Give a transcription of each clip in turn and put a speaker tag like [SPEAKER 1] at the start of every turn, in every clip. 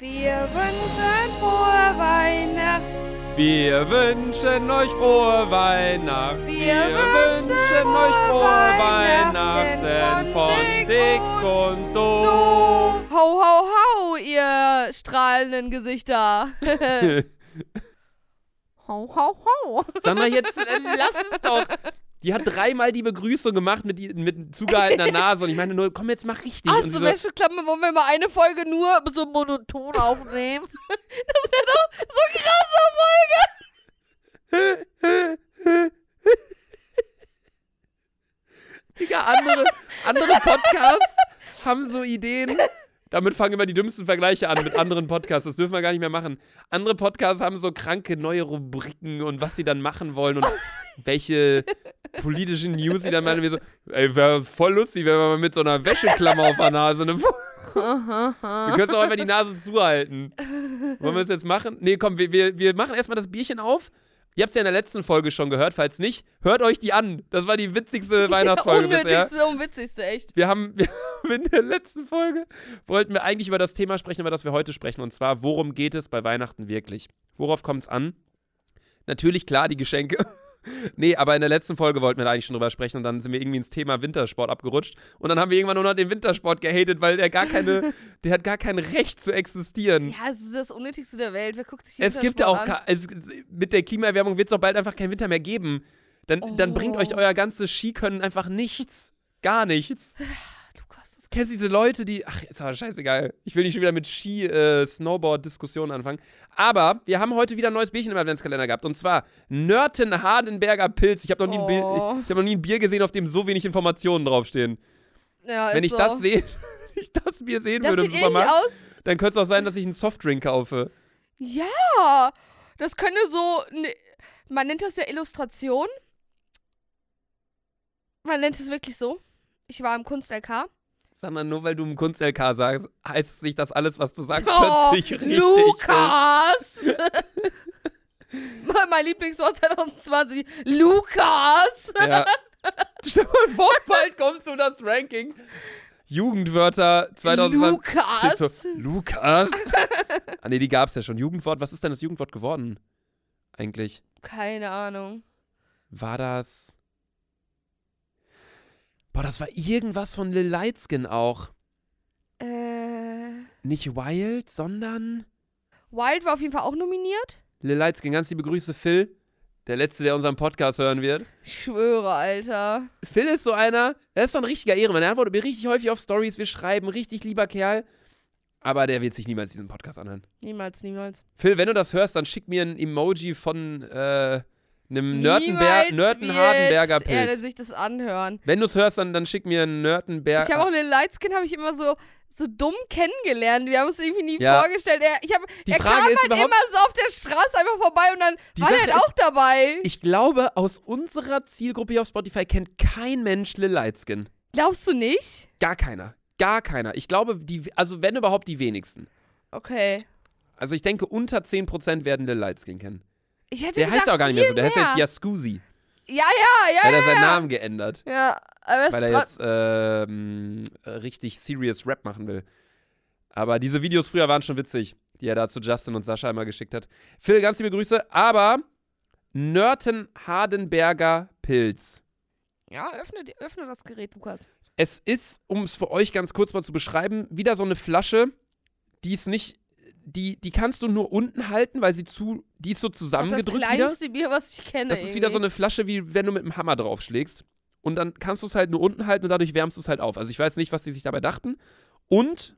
[SPEAKER 1] Wir wünschen frohe Weihnachten.
[SPEAKER 2] Wir wünschen euch frohe Weihnachten.
[SPEAKER 1] Wir wünschen frohe Weihnachten von Dick
[SPEAKER 2] und Doof.
[SPEAKER 1] Ho, ho, ho, ihr strahlenden Gesichter. ho, ho, ho.
[SPEAKER 2] Äh, Sag mal, jetzt äh, lass es doch. Die hat dreimal die Begrüßung gemacht mit, die- mit zugehaltener Nase und ich meine nur, komm, jetzt mach richtig.
[SPEAKER 1] Ach
[SPEAKER 2] und
[SPEAKER 1] so,
[SPEAKER 2] sie
[SPEAKER 1] welche Klappe wollen wir mal eine Folge nur so monoton aufnehmen? Das wäre doch so eine krasse Folge.
[SPEAKER 2] Digga, andere, andere Podcasts haben so Ideen. Damit fangen immer die dümmsten Vergleiche an mit anderen Podcasts. Das dürfen wir gar nicht mehr machen. Andere Podcasts haben so kranke neue Rubriken und was sie dann machen wollen und welche politischen News sie dann meinen. Wir so, ey, wäre voll lustig, wenn wir mal mit so einer Wäscheklammer auf der Nase eine Fo- Wir können es auch einfach die Nase zuhalten. Wollen wir es jetzt machen? Nee, komm, wir, wir, wir machen erstmal das Bierchen auf. Ihr habt es ja in der letzten Folge schon gehört. Falls nicht, hört euch die an. Das war die witzigste Weihnachtsfolge bisher.
[SPEAKER 1] Unnötigste und witzigste, echt.
[SPEAKER 2] Wir haben, wir haben in der letzten Folge, wollten wir eigentlich über das Thema sprechen, über das wir heute sprechen. Und zwar, worum geht es bei Weihnachten wirklich? Worauf kommt es an? Natürlich, klar, die Geschenke. Nee, aber in der letzten Folge wollten wir da eigentlich schon drüber sprechen und dann sind wir irgendwie ins Thema Wintersport abgerutscht und dann haben wir irgendwann nur noch den Wintersport gehatet, weil der gar keine, der hat gar kein Recht zu existieren.
[SPEAKER 1] Ja, es ist das Unnötigste der Welt. Wer guckt sich den
[SPEAKER 2] es gibt ja auch,
[SPEAKER 1] Wintersport an?
[SPEAKER 2] ka- es, mit der Klimaerwärmung wird es doch bald einfach keinen Winter mehr geben. Dann, dann bringt
[SPEAKER 1] Oh.
[SPEAKER 2] euch euer ganzes Skikönnen einfach nichts. Gar nichts.
[SPEAKER 1] Lukas, das
[SPEAKER 2] Kennst du diese Leute, die. Ach, jetzt aber scheißegal. Ich will nicht schon wieder mit Ski-Snowboard-Diskussionen anfangen. Aber wir haben heute wieder ein neues Bierchen im Adventskalender gehabt. Und zwar Nörten Hardenberger Pilz. Ich habe noch, nie ein Bier-
[SPEAKER 1] Oh.
[SPEAKER 2] ich, ich hab noch nie ein Bier gesehen, auf dem so wenig Informationen draufstehen.
[SPEAKER 1] ja,
[SPEAKER 2] Wenn
[SPEAKER 1] ist
[SPEAKER 2] ich
[SPEAKER 1] so.
[SPEAKER 2] das sehe, wenn ich das Bier sehen
[SPEAKER 1] Also. Das
[SPEAKER 2] würde
[SPEAKER 1] sieht
[SPEAKER 2] im
[SPEAKER 1] irgendwie
[SPEAKER 2] Supermarkt,
[SPEAKER 1] aus.
[SPEAKER 2] dann könnte es auch sein, dass ich einen Softdrink kaufe.
[SPEAKER 1] Ja, das könnte so. ne- Man nennt das ja Illustration. Man nennt es wirklich so. Ich war im Kunst-LK.
[SPEAKER 2] Sondern nur weil du im Kunst-LK sagst, heißt es nicht, dass alles, was du sagst,
[SPEAKER 1] Oh,
[SPEAKER 2] plötzlich richtig ne?
[SPEAKER 1] Lukas!
[SPEAKER 2] ist.
[SPEAKER 1] mein Lieblingswort 2020. Lukas!
[SPEAKER 2] Ja. Stell dir mal vor, bald kommst du in das Ranking. Jugendwörter 2020. Steht
[SPEAKER 1] Lukas!
[SPEAKER 2] So, Lukas. ah nee, die gab's ja schon. Jugendwort, was ist denn das Jugendwort geworden? Eigentlich.
[SPEAKER 1] Keine Ahnung.
[SPEAKER 2] War das. Boah, das war irgendwas von Lil Lightskin auch.
[SPEAKER 1] Äh,
[SPEAKER 2] Nicht Wild, sondern.
[SPEAKER 1] Wild war auf jeden Fall auch nominiert.
[SPEAKER 2] Lil Lightskin, ganz liebe Grüße, Phil. Der Letzte, der unseren Podcast hören wird.
[SPEAKER 1] Ich schwöre, Alter.
[SPEAKER 2] Phil ist so einer, der ist so ein richtiger Ehrenmann. Er antwortet mir richtig häufig auf Stories. Wir schreiben, richtig lieber Kerl. Aber der wird sich niemals diesen Podcast anhören.
[SPEAKER 1] Niemals, niemals.
[SPEAKER 2] Phil, wenn du das hörst, dann schick mir ein Emoji von äh, einem
[SPEAKER 1] Niemals
[SPEAKER 2] Nörten-Hardenberger
[SPEAKER 1] wird Er
[SPEAKER 2] Pilz.
[SPEAKER 1] sich das anhören.
[SPEAKER 2] Wenn du es hörst, dann, dann schick mir einen Nörtenberger.
[SPEAKER 1] Ich habe auch den Lightskin habe ich immer so so dumm kennengelernt. Wir haben uns irgendwie nie
[SPEAKER 2] Ja.
[SPEAKER 1] vorgestellt. Er, ich hab,
[SPEAKER 2] Die
[SPEAKER 1] er
[SPEAKER 2] Frage
[SPEAKER 1] kam
[SPEAKER 2] ist
[SPEAKER 1] halt
[SPEAKER 2] überhaupt-
[SPEAKER 1] immer so auf der Straße einfach vorbei und dann
[SPEAKER 2] Die
[SPEAKER 1] war er
[SPEAKER 2] Sache
[SPEAKER 1] halt auch dabei.
[SPEAKER 2] ich glaube, aus unserer Zielgruppe hier auf Spotify kennt kein Mensch Lil Lightskin.
[SPEAKER 1] Glaubst du nicht?
[SPEAKER 2] Gar keiner. Gar keiner. Ich glaube, die, also wenn überhaupt die wenigsten.
[SPEAKER 1] Okay.
[SPEAKER 2] Also ich denke, unter 10% werden Lil Lightskin kennen.
[SPEAKER 1] Ich hätte
[SPEAKER 2] Der
[SPEAKER 1] gedacht,
[SPEAKER 2] heißt auch gar nicht mehr so. Der
[SPEAKER 1] viel
[SPEAKER 2] heißt jetzt Yaskuzi.
[SPEAKER 1] Ja, ja, ja.
[SPEAKER 2] Er hat
[SPEAKER 1] ja,
[SPEAKER 2] ja seinen
[SPEAKER 1] ja.
[SPEAKER 2] Namen geändert.
[SPEAKER 1] Ja, aber es
[SPEAKER 2] weil
[SPEAKER 1] ist
[SPEAKER 2] er
[SPEAKER 1] trotzdem.
[SPEAKER 2] jetzt ähm, richtig serious Rap machen will. Aber diese Videos früher waren schon witzig, die er da zu Justin und Sascha immer geschickt hat. Phil, ganz liebe Grüße, aber Nörten Hardenberger Pilz.
[SPEAKER 1] Ja, öffne, die- öffne das Gerät, Lukas.
[SPEAKER 2] Es ist, um es für euch ganz kurz mal zu beschreiben, wieder so eine Flasche, die ist nicht, die, die kannst du nur unten halten, weil sie zu, die ist so
[SPEAKER 1] Das ist das
[SPEAKER 2] zusammengedrückt wieder.
[SPEAKER 1] kleinste Bier, was ich kenne.
[SPEAKER 2] Das ist wieder so eine Flasche, wie wenn du mit dem Hammer draufschlägst. Und dann kannst du es halt nur unten halten und dadurch wärmst du es halt auf. Also ich weiß nicht, was die sich dabei dachten. Und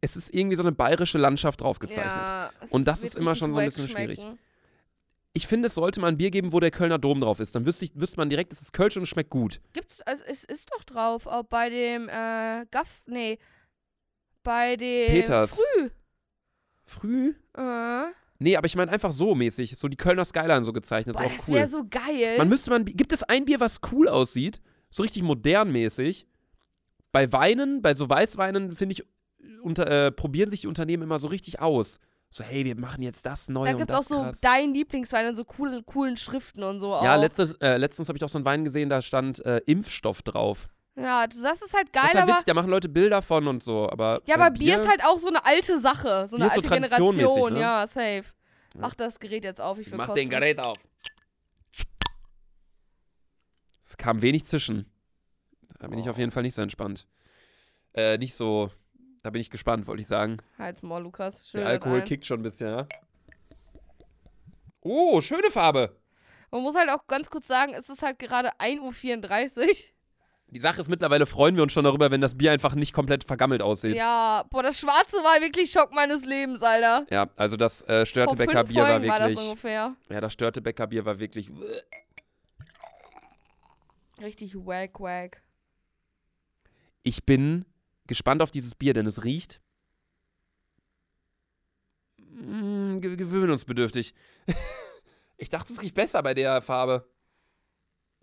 [SPEAKER 2] es ist irgendwie so eine bayerische Landschaft draufgezeichnet.
[SPEAKER 1] Ja, es
[SPEAKER 2] Und das
[SPEAKER 1] wird
[SPEAKER 2] ist immer
[SPEAKER 1] richtig
[SPEAKER 2] schon so ein
[SPEAKER 1] wack
[SPEAKER 2] bisschen schwierig.
[SPEAKER 1] schmecken.
[SPEAKER 2] Ich finde, es sollte mal ein Bier geben, wo der Kölner Dom drauf ist. Dann wüsste, ich, wüsste man direkt, es ist Kölsch und es schmeckt gut.
[SPEAKER 1] Gibt's, also es ist doch drauf, auch bei dem äh, Gaff, nee, bei dem
[SPEAKER 2] Peters.
[SPEAKER 1] Früh.
[SPEAKER 2] Früh? Also
[SPEAKER 1] Äh.
[SPEAKER 2] Nee, aber ich meine einfach so mäßig. So die Kölner Skyline so gezeichnet.
[SPEAKER 1] Boah,
[SPEAKER 2] ist auch
[SPEAKER 1] das
[SPEAKER 2] cool.
[SPEAKER 1] wäre so geil.
[SPEAKER 2] Man müsste man. Gibt es ein Bier, was cool aussieht? So richtig modern mäßig? Bei Weinen, bei so Weißweinen, finde ich, unter, äh, probieren sich die Unternehmen immer so richtig aus. So, hey, wir machen jetzt das neu
[SPEAKER 1] da
[SPEAKER 2] und
[SPEAKER 1] gibt es
[SPEAKER 2] das
[SPEAKER 1] auch so
[SPEAKER 2] krass.
[SPEAKER 1] dein Lieblingswein und so coole, coolen Schriften und so.
[SPEAKER 2] ja,
[SPEAKER 1] auch.
[SPEAKER 2] letztens, äh, letztens habe ich auch so einen Wein gesehen, da stand äh, Impfstoff drauf.
[SPEAKER 1] Ja, das das ist halt geil,
[SPEAKER 2] das ist halt
[SPEAKER 1] aber.
[SPEAKER 2] witzig, da machen Leute Bilder von und so, aber
[SPEAKER 1] ja,
[SPEAKER 2] bei
[SPEAKER 1] aber Bier, ist halt auch so eine alte Sache, so eine
[SPEAKER 2] Bier ist so
[SPEAKER 1] alte
[SPEAKER 2] traditionmäßig,
[SPEAKER 1] Generation.
[SPEAKER 2] ne?
[SPEAKER 1] Ja, safe.
[SPEAKER 2] Ja.
[SPEAKER 1] Mach das Gerät jetzt auf, ich will
[SPEAKER 2] Mach
[SPEAKER 1] kotzen.
[SPEAKER 2] den Gerät auf. Es kam wenig zwischen. Da bin ich
[SPEAKER 1] Oh.
[SPEAKER 2] auf jeden Fall nicht so entspannt. Äh, nicht so, da bin ich gespannt, wollte ich sagen.
[SPEAKER 1] Halt's mal, Lukas. Schön
[SPEAKER 2] Der Alkohol
[SPEAKER 1] ein.
[SPEAKER 2] kickt schon ein bisschen, ja. Oh, schöne Farbe.
[SPEAKER 1] Man muss halt auch ganz kurz sagen, es ist halt gerade 1.34
[SPEAKER 2] Die Sache ist, mittlerweile freuen wir uns schon darüber, wenn das Bier einfach nicht komplett vergammelt
[SPEAKER 1] Uhr.
[SPEAKER 2] aussieht. Ja,
[SPEAKER 1] Ja, boah, das Schwarze war wirklich Schock meines Lebens, Alter.
[SPEAKER 2] also das äh,
[SPEAKER 1] Vor fünf
[SPEAKER 2] Störtebecker Bier war
[SPEAKER 1] Folgen
[SPEAKER 2] wirklich.
[SPEAKER 1] war das ungefähr.
[SPEAKER 2] ja, das Störtebecker Bier war wirklich.
[SPEAKER 1] Richtig wack, wack.
[SPEAKER 2] Ich bin gespannt auf dieses Bier, denn es riecht. Mm, ge gewöhnungsbedürftig. ich dachte, es riecht besser bei der Farbe.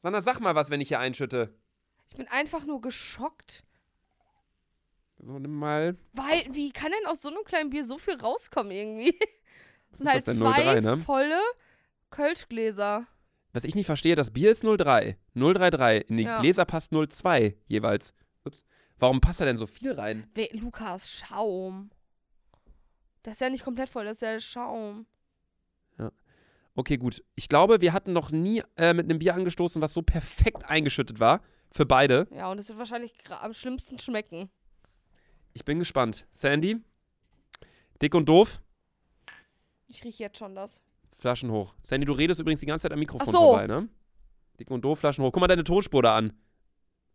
[SPEAKER 2] Sandra, sag mal was, wenn ich hier einschütte.
[SPEAKER 1] Ich bin einfach nur geschockt.
[SPEAKER 2] So, nimm mal.
[SPEAKER 1] Weil, wie kann denn aus so einem kleinen Bier so viel rauskommen irgendwie? Das sind
[SPEAKER 2] ist
[SPEAKER 1] halt
[SPEAKER 2] das denn?
[SPEAKER 1] zwei
[SPEAKER 2] 0,3, ne?
[SPEAKER 1] volle Kölschgläser.
[SPEAKER 2] Was ich nicht verstehe, das Bier ist 03. 033. In die
[SPEAKER 1] Ja.
[SPEAKER 2] Gläser passt 02 jeweils. Ups. Warum passt da denn so viel rein?
[SPEAKER 1] We Lukas, Schaum. Das ist ja nicht komplett voll, das ist ja Schaum.
[SPEAKER 2] Okay, gut. Ich glaube, wir hatten noch nie äh, mit einem Bier angestoßen, was so perfekt eingeschüttet war. Für beide.
[SPEAKER 1] Ja, und es wird wahrscheinlich gra- am schlimmsten schmecken.
[SPEAKER 2] Ich bin gespannt. Sandy, dick und doof,
[SPEAKER 1] Ich rieche jetzt schon das.
[SPEAKER 2] Flaschen hoch. Sandy, du redest übrigens die ganze Zeit am Mikrofon
[SPEAKER 1] Ach so.
[SPEAKER 2] vorbei, ne? Dick und doof, Flaschen hoch. Guck mal deine Tonspur da an.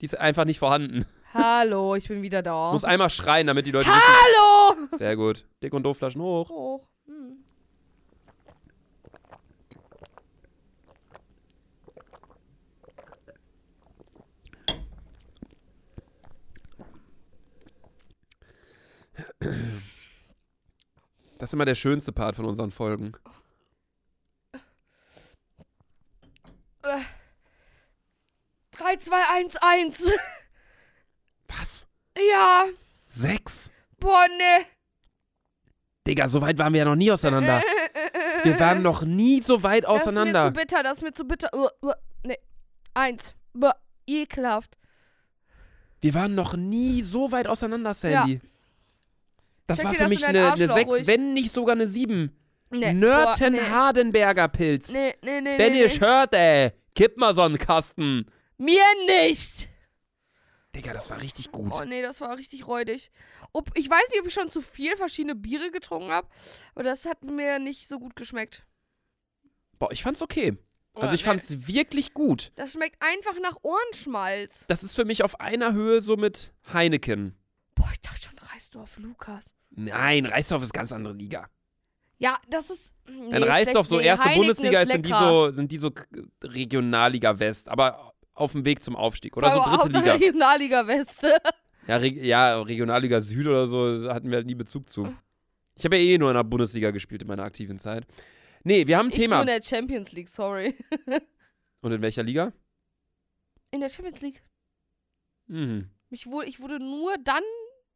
[SPEAKER 2] Die ist einfach nicht vorhanden.
[SPEAKER 1] Hallo, ich bin wieder
[SPEAKER 2] Du
[SPEAKER 1] da.
[SPEAKER 2] Muss einmal schreien, damit die Leute wissen.
[SPEAKER 1] Hallo!
[SPEAKER 2] Sehr gut. Dick und doof, Flaschen hoch.
[SPEAKER 1] Hoch. Hm.
[SPEAKER 2] Das ist immer der schönste Part von unseren Folgen.
[SPEAKER 1] Äh. 3, 2, 1, 1.
[SPEAKER 2] Was?
[SPEAKER 1] Ja.
[SPEAKER 2] Sechs?
[SPEAKER 1] Boah, ne.
[SPEAKER 2] Digga, so weit waren wir ja noch nie auseinander. Wir waren noch nie so weit
[SPEAKER 1] Das ist mir
[SPEAKER 2] auseinander.
[SPEAKER 1] zu bitter, das ist mir zu bitter. Uh, uh, ne. Eins. Buh, ekelhaft.
[SPEAKER 2] Wir waren noch nie so weit auseinander, Sandy. Das
[SPEAKER 1] Steck
[SPEAKER 2] war
[SPEAKER 1] dir
[SPEAKER 2] für
[SPEAKER 1] das
[SPEAKER 2] mich
[SPEAKER 1] in dein
[SPEAKER 2] eine, eine
[SPEAKER 1] Arschloch
[SPEAKER 2] 6,
[SPEAKER 1] ruhig.
[SPEAKER 2] wenn nicht sogar eine 7.
[SPEAKER 1] Ne. Boah,
[SPEAKER 2] Nörten-Hardenberger Pilz.
[SPEAKER 1] nee. Nee, nee, nee.
[SPEAKER 2] Wenn
[SPEAKER 1] nee,
[SPEAKER 2] ihr
[SPEAKER 1] nee.
[SPEAKER 2] hört, ey, kipp mal so einen Kasten.
[SPEAKER 1] Mir nicht.
[SPEAKER 2] Digga, das war richtig gut.
[SPEAKER 1] Oh nee, das war richtig räudig. Ob, ich weiß nicht, ob ich schon zu viel verschiedene Biere getrunken habe, aber das hat mir nicht so gut geschmeckt.
[SPEAKER 2] Boah, ich fand's okay.
[SPEAKER 1] Boah,
[SPEAKER 2] Also ich
[SPEAKER 1] nee.
[SPEAKER 2] fand's wirklich gut.
[SPEAKER 1] Das schmeckt einfach nach Ohrenschmalz.
[SPEAKER 2] Das ist für mich auf einer Höhe so mit Heineken.
[SPEAKER 1] Boah, ich dachte schon Reisdorf, Lukas.
[SPEAKER 2] Nein, Reisdorf ist ganz andere Liga.
[SPEAKER 1] Ja, das ist. Nee,
[SPEAKER 2] Ein Reisdorf,
[SPEAKER 1] schlecht.
[SPEAKER 2] so
[SPEAKER 1] Nee,
[SPEAKER 2] erste
[SPEAKER 1] Heineken
[SPEAKER 2] Bundesliga, ist sind, die
[SPEAKER 1] lecker.
[SPEAKER 2] so, sind die so k- Regionalliga West, aber auf dem Weg zum Aufstieg. Oder so
[SPEAKER 1] Aber
[SPEAKER 2] dritte
[SPEAKER 1] Hauptsache
[SPEAKER 2] Liga.
[SPEAKER 1] Regionalliga Weste.
[SPEAKER 2] Ja, Reg ja, Regionalliga Süd oder so da hatten wir halt nie Bezug zu. Ich habe ja eh nur in der Bundesliga gespielt in meiner aktiven Zeit. Nee, wir haben ein
[SPEAKER 1] Ich nur
[SPEAKER 2] Thema.
[SPEAKER 1] in der Champions League, sorry.
[SPEAKER 2] Und in welcher Liga?
[SPEAKER 1] In der Champions League.
[SPEAKER 2] Mhm.
[SPEAKER 1] Mich wurde, ich wurde nur dann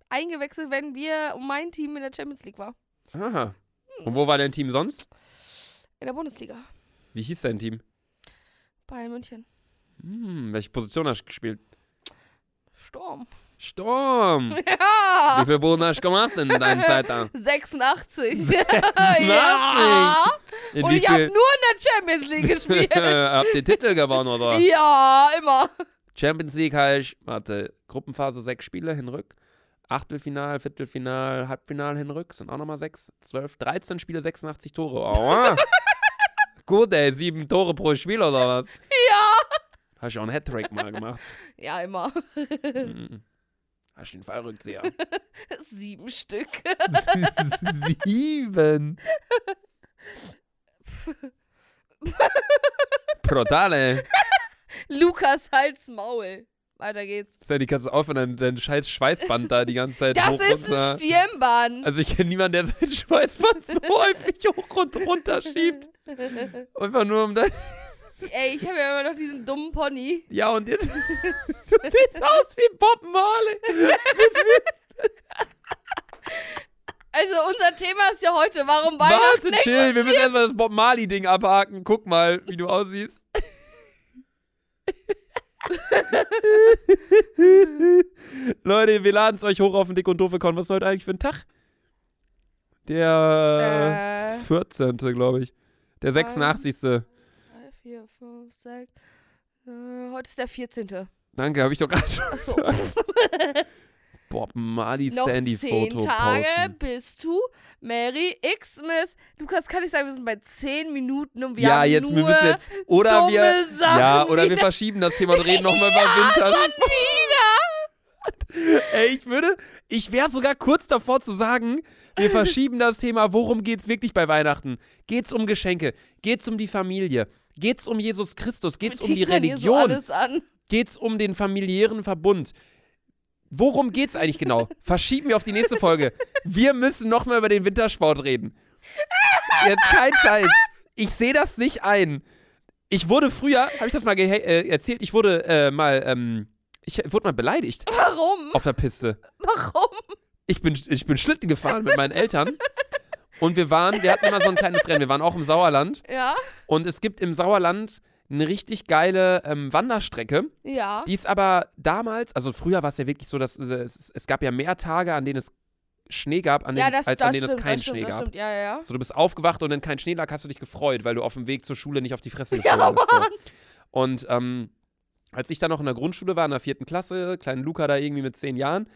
[SPEAKER 1] eingewechselt, wenn wir um mein Team in der Champions League war.
[SPEAKER 2] Aha. Und wo war dein Team sonst?
[SPEAKER 1] In der Bundesliga.
[SPEAKER 2] Wie hieß dein Team?
[SPEAKER 1] Bayern München.
[SPEAKER 2] Hm, welche Position hast du gespielt?
[SPEAKER 1] Sturm.
[SPEAKER 2] Sturm!
[SPEAKER 1] Ja!
[SPEAKER 2] Wie viele Boden hast du gemacht in deiner Zeit da?
[SPEAKER 1] 86. ja.
[SPEAKER 2] In
[SPEAKER 1] Und
[SPEAKER 2] wie
[SPEAKER 1] ich habe nur
[SPEAKER 2] viel
[SPEAKER 1] in der Champions League gespielt.
[SPEAKER 2] habt ihr Titel gewonnen, oder?
[SPEAKER 1] ja, immer.
[SPEAKER 2] Champions League heißt, warte, Gruppenphase sechs Spiele hinrück. Achtelfinal, Viertelfinal, Halbfinal hinrück. Sind auch nochmal sechs, zwölf, 13 Spiele, 86 Tore. Aua. Gut, ey, sieben Tore pro Spiel oder was?
[SPEAKER 1] Ja.
[SPEAKER 2] Hast du auch einen Hattrick mal gemacht?
[SPEAKER 1] Ja, immer.
[SPEAKER 2] Mhm. Hast du den Fallrückzieher?
[SPEAKER 1] Sieben Stück.
[SPEAKER 2] Sieben. Brutale.
[SPEAKER 1] Lukas Hals Maul. Weiter geht's.
[SPEAKER 2] Sandy, kannst du aufhören, dein, dein scheiß Schweißband da die ganze Zeit
[SPEAKER 1] Das
[SPEAKER 2] hoch
[SPEAKER 1] ist
[SPEAKER 2] runter.
[SPEAKER 1] ein Stirnband.
[SPEAKER 2] Also ich kenne niemanden, der sein Schweißband so häufig hoch und runter schiebt. Einfach nur um das.
[SPEAKER 1] Ey, ich habe ja immer noch diesen dummen Pony.
[SPEAKER 2] Ja, und jetzt. Du siehst aus wie Bob Marley.
[SPEAKER 1] Also unser Thema ist ja heute, warum Weihnachten
[SPEAKER 2] Warte,
[SPEAKER 1] nicht?
[SPEAKER 2] chill. Wir müssen erstmal das Bob Marley-Ding abhaken. Guck mal, wie du aussiehst. Leute, wir laden es euch hoch auf den Dick und Doofe Con. Was ist heute eigentlich für ein Tag? Der
[SPEAKER 1] Äh.
[SPEAKER 2] 14. glaube ich. Der 86.
[SPEAKER 1] 3, 4, 5, 6. Äh, heute ist der 14.
[SPEAKER 2] Danke, habe ich doch gerade schon.
[SPEAKER 1] Achso.
[SPEAKER 2] Bob Marley
[SPEAKER 1] Noch
[SPEAKER 2] Sandy
[SPEAKER 1] zehn
[SPEAKER 2] Foto
[SPEAKER 1] Tage
[SPEAKER 2] posten.
[SPEAKER 1] bis zu Merry Xmas. Lukas, kann ich sagen, wir sind bei 10 Minuten und wir
[SPEAKER 2] Ja,
[SPEAKER 1] haben
[SPEAKER 2] jetzt,
[SPEAKER 1] nur
[SPEAKER 2] wir müssen jetzt. Oder
[SPEAKER 1] dumme
[SPEAKER 2] wir.
[SPEAKER 1] Sachen
[SPEAKER 2] ja, oder wir
[SPEAKER 1] wieder.
[SPEAKER 2] verschieben das Thema und reden nochmal über Winter.
[SPEAKER 1] Schon wieder!
[SPEAKER 2] Ey, ich würde, ich wäre sogar kurz davor zu sagen, wir verschieben das Thema, worum geht's wirklich bei Weihnachten? Geht's um Geschenke? Geht's um die Familie? Geht's um Jesus Christus? Geht's um die
[SPEAKER 1] Teasern hier So
[SPEAKER 2] Religion?
[SPEAKER 1] alles an.
[SPEAKER 2] Geht's um den familiären Verbund? Worum geht's eigentlich genau? Verschieben wir auf die nächste Folge. Wir müssen nochmal über den Wintersport reden. Jetzt kein Scheiß. Ich sehe das nicht ein. Ich wurde früher, habe ich das mal gehe- äh, erzählt, ich wurde äh, mal, ähm, ich wurde mal beleidigt
[SPEAKER 1] Warum?
[SPEAKER 2] auf der Piste
[SPEAKER 1] Warum?
[SPEAKER 2] ich bin, ich bin Schlitten gefahren mit meinen Eltern. Und wir waren, wir hatten immer so ein kleines Rennen. Wir waren auch im Sauerland.
[SPEAKER 1] Ja,
[SPEAKER 2] Und es gibt im Sauerland eine richtig geile ähm, Wanderstrecke.
[SPEAKER 1] ja.
[SPEAKER 2] Die ist aber damals, also früher war es ja wirklich so, dass äh, es, es gab ja mehr Tage, an denen es Schnee gab, an denen
[SPEAKER 1] ja,
[SPEAKER 2] es,
[SPEAKER 1] das,
[SPEAKER 2] als
[SPEAKER 1] das
[SPEAKER 2] an denen
[SPEAKER 1] stimmt,
[SPEAKER 2] es keinen
[SPEAKER 1] das stimmt,
[SPEAKER 2] Schnee
[SPEAKER 1] das
[SPEAKER 2] gab.
[SPEAKER 1] stimmt, ja, ja.
[SPEAKER 2] So, du bist aufgewacht und wenn kein Schnee lag, hast du dich gefreut, weil du auf dem Weg zur Schule nicht auf die Fresse
[SPEAKER 1] Ja,
[SPEAKER 2] gefallen bist. So. Und ähm, als ich dann noch in der Grundschule war, in der vierten Klasse, kleinen Luca da irgendwie mit zehn Jahren,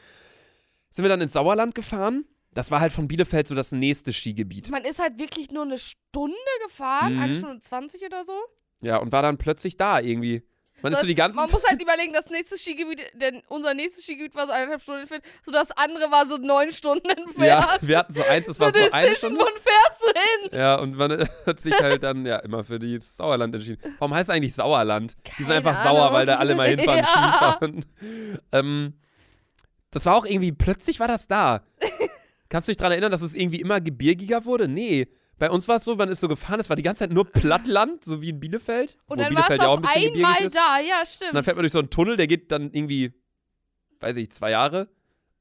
[SPEAKER 2] sind wir dann ins Sauerland gefahren. Das war halt von Bielefeld so das nächste Skigebiet.
[SPEAKER 1] Man ist halt wirklich nur eine Stunde gefahren, eine
[SPEAKER 2] Mhm.
[SPEAKER 1] Stunde 20 oder so. Ja,
[SPEAKER 2] Ja, und war dann plötzlich da irgendwie. Man ist so die ganze
[SPEAKER 1] man muss halt überlegen, das nächste Skigebiet, denn unser nächstes Skigebiet war so eineinhalb Stunden entfernt, so das andere war so neun Stunden entfernt.
[SPEAKER 2] Ja, wir hatten so eins, das
[SPEAKER 1] so
[SPEAKER 2] war so
[SPEAKER 1] eine
[SPEAKER 2] eine
[SPEAKER 1] Session,
[SPEAKER 2] Stunde.
[SPEAKER 1] wo fährst du hin?
[SPEAKER 2] Ja, und man hat sich halt dann ja immer für die Sauerland entschieden. Warum heißt es eigentlich Sauerland? die sind
[SPEAKER 1] Keine
[SPEAKER 2] einfach sauer,
[SPEAKER 1] Ahnung.
[SPEAKER 2] weil da alle mal hinfahren,
[SPEAKER 1] Ja.
[SPEAKER 2] Skifahren. Ähm, das war auch irgendwie, plötzlich war das da. Kannst du dich daran erinnern, dass es irgendwie immer gebirgiger wurde? Nee. Bei uns war es so, man ist so gefahren, es war die ganze Zeit nur Plattland, so wie in Bielefeld.
[SPEAKER 1] Und
[SPEAKER 2] wo
[SPEAKER 1] dann warst
[SPEAKER 2] Bielefeld
[SPEAKER 1] du
[SPEAKER 2] ja auch
[SPEAKER 1] auf
[SPEAKER 2] ein bisschen gebirgig
[SPEAKER 1] einmal
[SPEAKER 2] ist.
[SPEAKER 1] da, ja,
[SPEAKER 2] Und dann
[SPEAKER 1] stimmt.
[SPEAKER 2] fährt man durch so einen Tunnel, der geht dann irgendwie, weiß ich, zwei Jahre.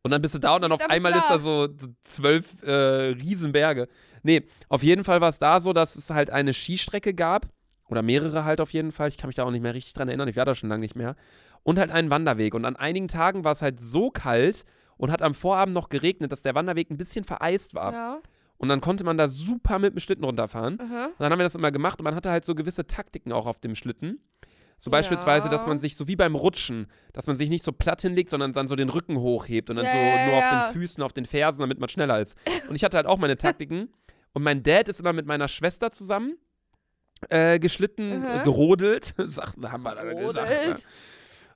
[SPEAKER 2] Und dann bist du da und dann auf
[SPEAKER 1] Dann bist
[SPEAKER 2] einmal
[SPEAKER 1] du
[SPEAKER 2] ist
[SPEAKER 1] da.
[SPEAKER 2] da so so zwölf äh, Riesenberge. Nee, auf jeden Fall war es da so, dass es halt eine Skistrecke gab. Oder mehrere halt auf jeden Fall. Ich kann mich da auch nicht mehr richtig dran erinnern. Ich war da schon lange nicht mehr. Und halt einen Wanderweg. Und an einigen Tagen war es halt so kalt und hat am Vorabend noch geregnet, dass der Wanderweg ein bisschen vereist war.
[SPEAKER 1] Ja,
[SPEAKER 2] Und dann konnte man da super mit dem Schlitten runterfahren.
[SPEAKER 1] aha.
[SPEAKER 2] Und dann haben wir das immer gemacht und man hatte halt so gewisse Taktiken auch auf dem Schlitten. So
[SPEAKER 1] Ja.
[SPEAKER 2] beispielsweise, dass man sich so wie beim Rutschen, dass man sich nicht so platt hinlegt, sondern dann so den Rücken hochhebt und dann
[SPEAKER 1] Ja,
[SPEAKER 2] so
[SPEAKER 1] ja,
[SPEAKER 2] nur
[SPEAKER 1] ja.
[SPEAKER 2] auf den Füßen, auf den Fersen, damit man schneller ist. Und ich hatte halt auch meine Taktiken. Und mein Dad ist immer mit meiner Schwester zusammen äh, geschlitten,
[SPEAKER 1] Mhm.
[SPEAKER 2] äh, gerodelt. Sachen haben wir da
[SPEAKER 1] Rodelt.
[SPEAKER 2] gesagt. ne?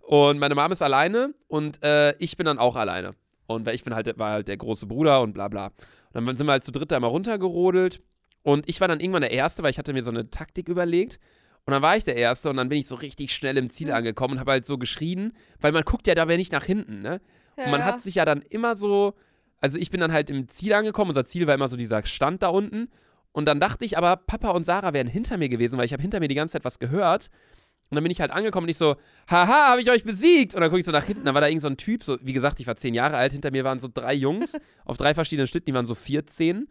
[SPEAKER 2] Und meine Mom ist alleine und äh, ich bin dann auch alleine. Und weil ich bin halt, war halt der große Bruder und bla bla. Und dann sind wir halt zu dritt da mal runtergerodelt. Und ich war dann irgendwann der Erste, weil ich hatte mir so eine Taktik überlegt. Und dann war ich der Erste und dann bin ich so richtig schnell im Ziel angekommen und habe halt so geschrien, weil man guckt ja dabei nicht nach hinten, ne?
[SPEAKER 1] Ja,
[SPEAKER 2] Und man
[SPEAKER 1] ja.
[SPEAKER 2] hat sich ja dann immer so, also ich bin dann halt im Ziel angekommen, unser Ziel war immer so dieser Stand da unten. Und dann dachte ich aber, Papa und Sarah wären hinter mir gewesen, weil ich habe hinter mir die ganze Zeit was gehört. Und dann bin ich halt angekommen und ich so, haha, habe ich euch besiegt. Und dann gucke ich so nach hinten, da war da irgend so ein Typ, so, wie gesagt, ich war zehn Jahre alt, hinter mir waren so drei Jungs auf drei verschiedenen Schlitten, die waren so 14.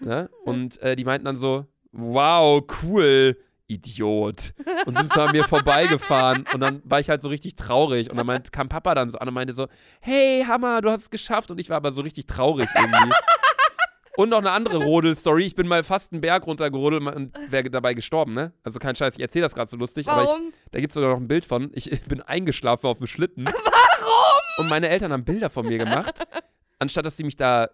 [SPEAKER 2] Ne? Und äh, die meinten dann so, wow, cool, Idiot. Und sind so an mir vorbeigefahren. Und dann war ich halt so richtig traurig. Und dann meint, kam Papa dann so an und meinte so, hey, Hammer, du hast es geschafft. Und ich war aber so richtig traurig irgendwie. Und noch eine andere Rodel-Story. Ich bin mal fast einen Berg runtergerodelt und wäre dabei gestorben, ne? Also kein Scheiß, ich erzähle das gerade so lustig, aber ich,
[SPEAKER 1] Warum?
[SPEAKER 2] da gibt es sogar noch ein Bild von. Ich bin eingeschlafen auf dem Schlitten. Warum? Und meine Eltern haben Bilder von mir gemacht, anstatt dass sie mich da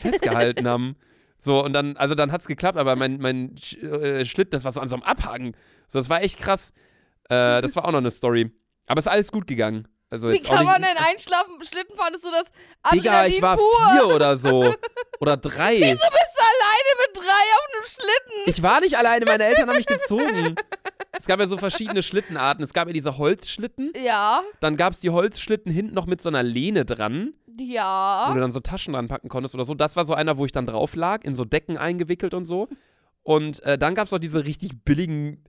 [SPEAKER 2] festgehalten haben. So, und dann, also dann hat es geklappt, aber mein, mein Sch äh, Schlitten, das war so an so einem Abhang. So, das war echt krass. Äh, das war auch noch eine Story. Aber es ist alles gut gegangen. Also
[SPEAKER 1] Wie
[SPEAKER 2] jetzt auch
[SPEAKER 1] kann
[SPEAKER 2] nicht,
[SPEAKER 1] man denn einschlafen? Schlitten fahren ist so das
[SPEAKER 2] Digga,
[SPEAKER 1] Adrenalin
[SPEAKER 2] ich war
[SPEAKER 1] pur.
[SPEAKER 2] vier oder so. Oder drei.
[SPEAKER 1] Wieso bist du alleine mit drei auf einem Schlitten?
[SPEAKER 2] Ich war nicht alleine, meine Eltern haben mich gezogen. Es gab ja so verschiedene Schlittenarten. Es gab ja diese Holzschlitten.
[SPEAKER 1] Ja,
[SPEAKER 2] Dann gab es die Holzschlitten hinten noch mit so einer Lehne dran, wo
[SPEAKER 1] ja.
[SPEAKER 2] du dann so Taschen ranpacken konntest oder so. Das war so einer, wo ich dann drauf lag, in so Decken eingewickelt und so. Und äh, dann gab es noch diese richtig billigen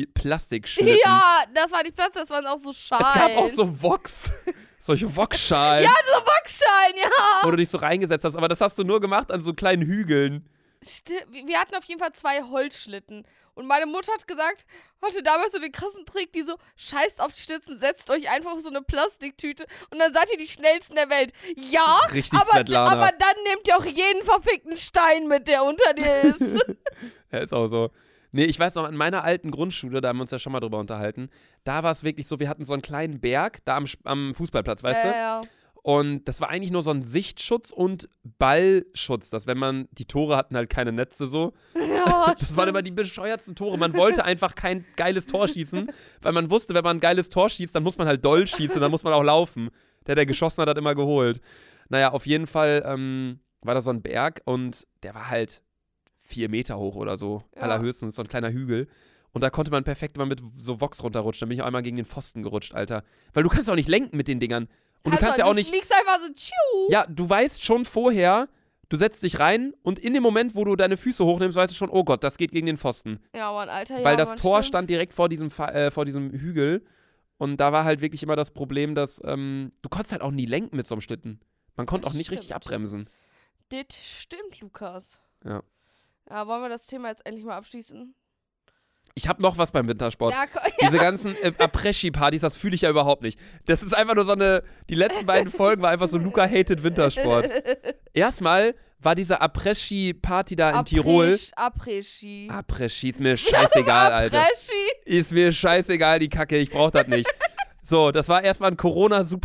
[SPEAKER 2] Aldi-Plastikschlitten.
[SPEAKER 1] Ja, das war die Platz, das waren auch so Schalen.
[SPEAKER 2] Es gab auch so Vox, solche Vox-Schalen,
[SPEAKER 1] so Backschalen, ja.
[SPEAKER 2] wo du dich so reingesetzt hast. Aber das hast du nur gemacht an so kleinen Hügeln.
[SPEAKER 1] Sti- wir wir hatten auf jeden Fall zwei Holzschlitten. Und meine Mutter hat gesagt, hatte damals so den krassen Trick, die so, scheißt auf die Schlitzen, setzt euch einfach auf so eine Plastiktüte und dann seid ihr die schnellsten der Welt. Ja,
[SPEAKER 2] Richtig,
[SPEAKER 1] aber,
[SPEAKER 2] Svetlana.
[SPEAKER 1] aber dann nehmt ihr auch jeden verfickten Stein mit, der unter dir ist.
[SPEAKER 2] Ja, ist auch so. Nee, ich weiß noch, an meiner alten Grundschule, da haben wir uns ja schon mal drüber unterhalten, da war es wirklich so, wir hatten so einen kleinen Berg, da am, Sp- am Fußballplatz, weißt du?
[SPEAKER 1] ja, ja.
[SPEAKER 2] Und das war eigentlich nur so ein Sichtschutz und Ballschutz, dass wenn man, die Tore hatten halt keine Netze so,
[SPEAKER 1] ja
[SPEAKER 2] das waren immer die bescheuertsten Tore. Man wollte einfach kein geiles Tor schießen, weil man wusste, wenn man ein geiles Tor schießt, dann muss man halt doll schießen und dann muss man auch laufen. Der, der geschossen hat, hat immer geholt. Naja, auf jeden Fall ähm, war da so ein Berg und der war halt vier Meter hoch oder so,
[SPEAKER 1] Ja.
[SPEAKER 2] allerhöchstens, so ein kleiner Hügel. Und da konnte man perfekt immer mit so Vox runterrutschen. Da bin ich auch einmal gegen den Pfosten gerutscht, Alter. Weil du kannst auch nicht lenken mit den Dingern. Und du kannst ja auch nicht.
[SPEAKER 1] also Du fliegst einfach so, tschiu.
[SPEAKER 2] Ja, du weißt schon vorher, du setzt dich rein und in dem Moment, wo du deine Füße hochnimmst, weißt du schon, oh Gott, das geht gegen den Pfosten.
[SPEAKER 1] Ja, Mann, Alter,
[SPEAKER 2] Weil
[SPEAKER 1] ja,
[SPEAKER 2] das
[SPEAKER 1] Mann,
[SPEAKER 2] Tor
[SPEAKER 1] stimmt.
[SPEAKER 2] stand direkt vor diesem, Fa- äh, vor diesem Hügel. Und da war halt wirklich immer das Problem, dass ähm, du konntest halt auch nie lenken mit so einem Schlitten. Man konnte
[SPEAKER 1] Das
[SPEAKER 2] auch nicht richtig
[SPEAKER 1] stimmt.
[SPEAKER 2] abbremsen.
[SPEAKER 1] Das stimmt, Lukas.
[SPEAKER 2] Ja.
[SPEAKER 1] Ja, wollen wir das Thema jetzt endlich mal abschließen?
[SPEAKER 2] Ich habe noch was beim Wintersport.
[SPEAKER 1] Ja, ko-
[SPEAKER 2] Diese ganzen äh, Après-Ski-Partys, das fühle ich ja überhaupt nicht. Das ist einfach nur so eine. Die letzten beiden Folgen war einfach so Luca hated Wintersport. Erstmal war diese Après-Ski-Party da in Tirol.
[SPEAKER 1] Après- Après-Ski.
[SPEAKER 2] Après-Ski ist mir scheißegal, Alter.
[SPEAKER 1] Après-Ski.
[SPEAKER 2] Ist mir scheißegal, die Kacke, ich brauch das nicht. So, das war erstmal ein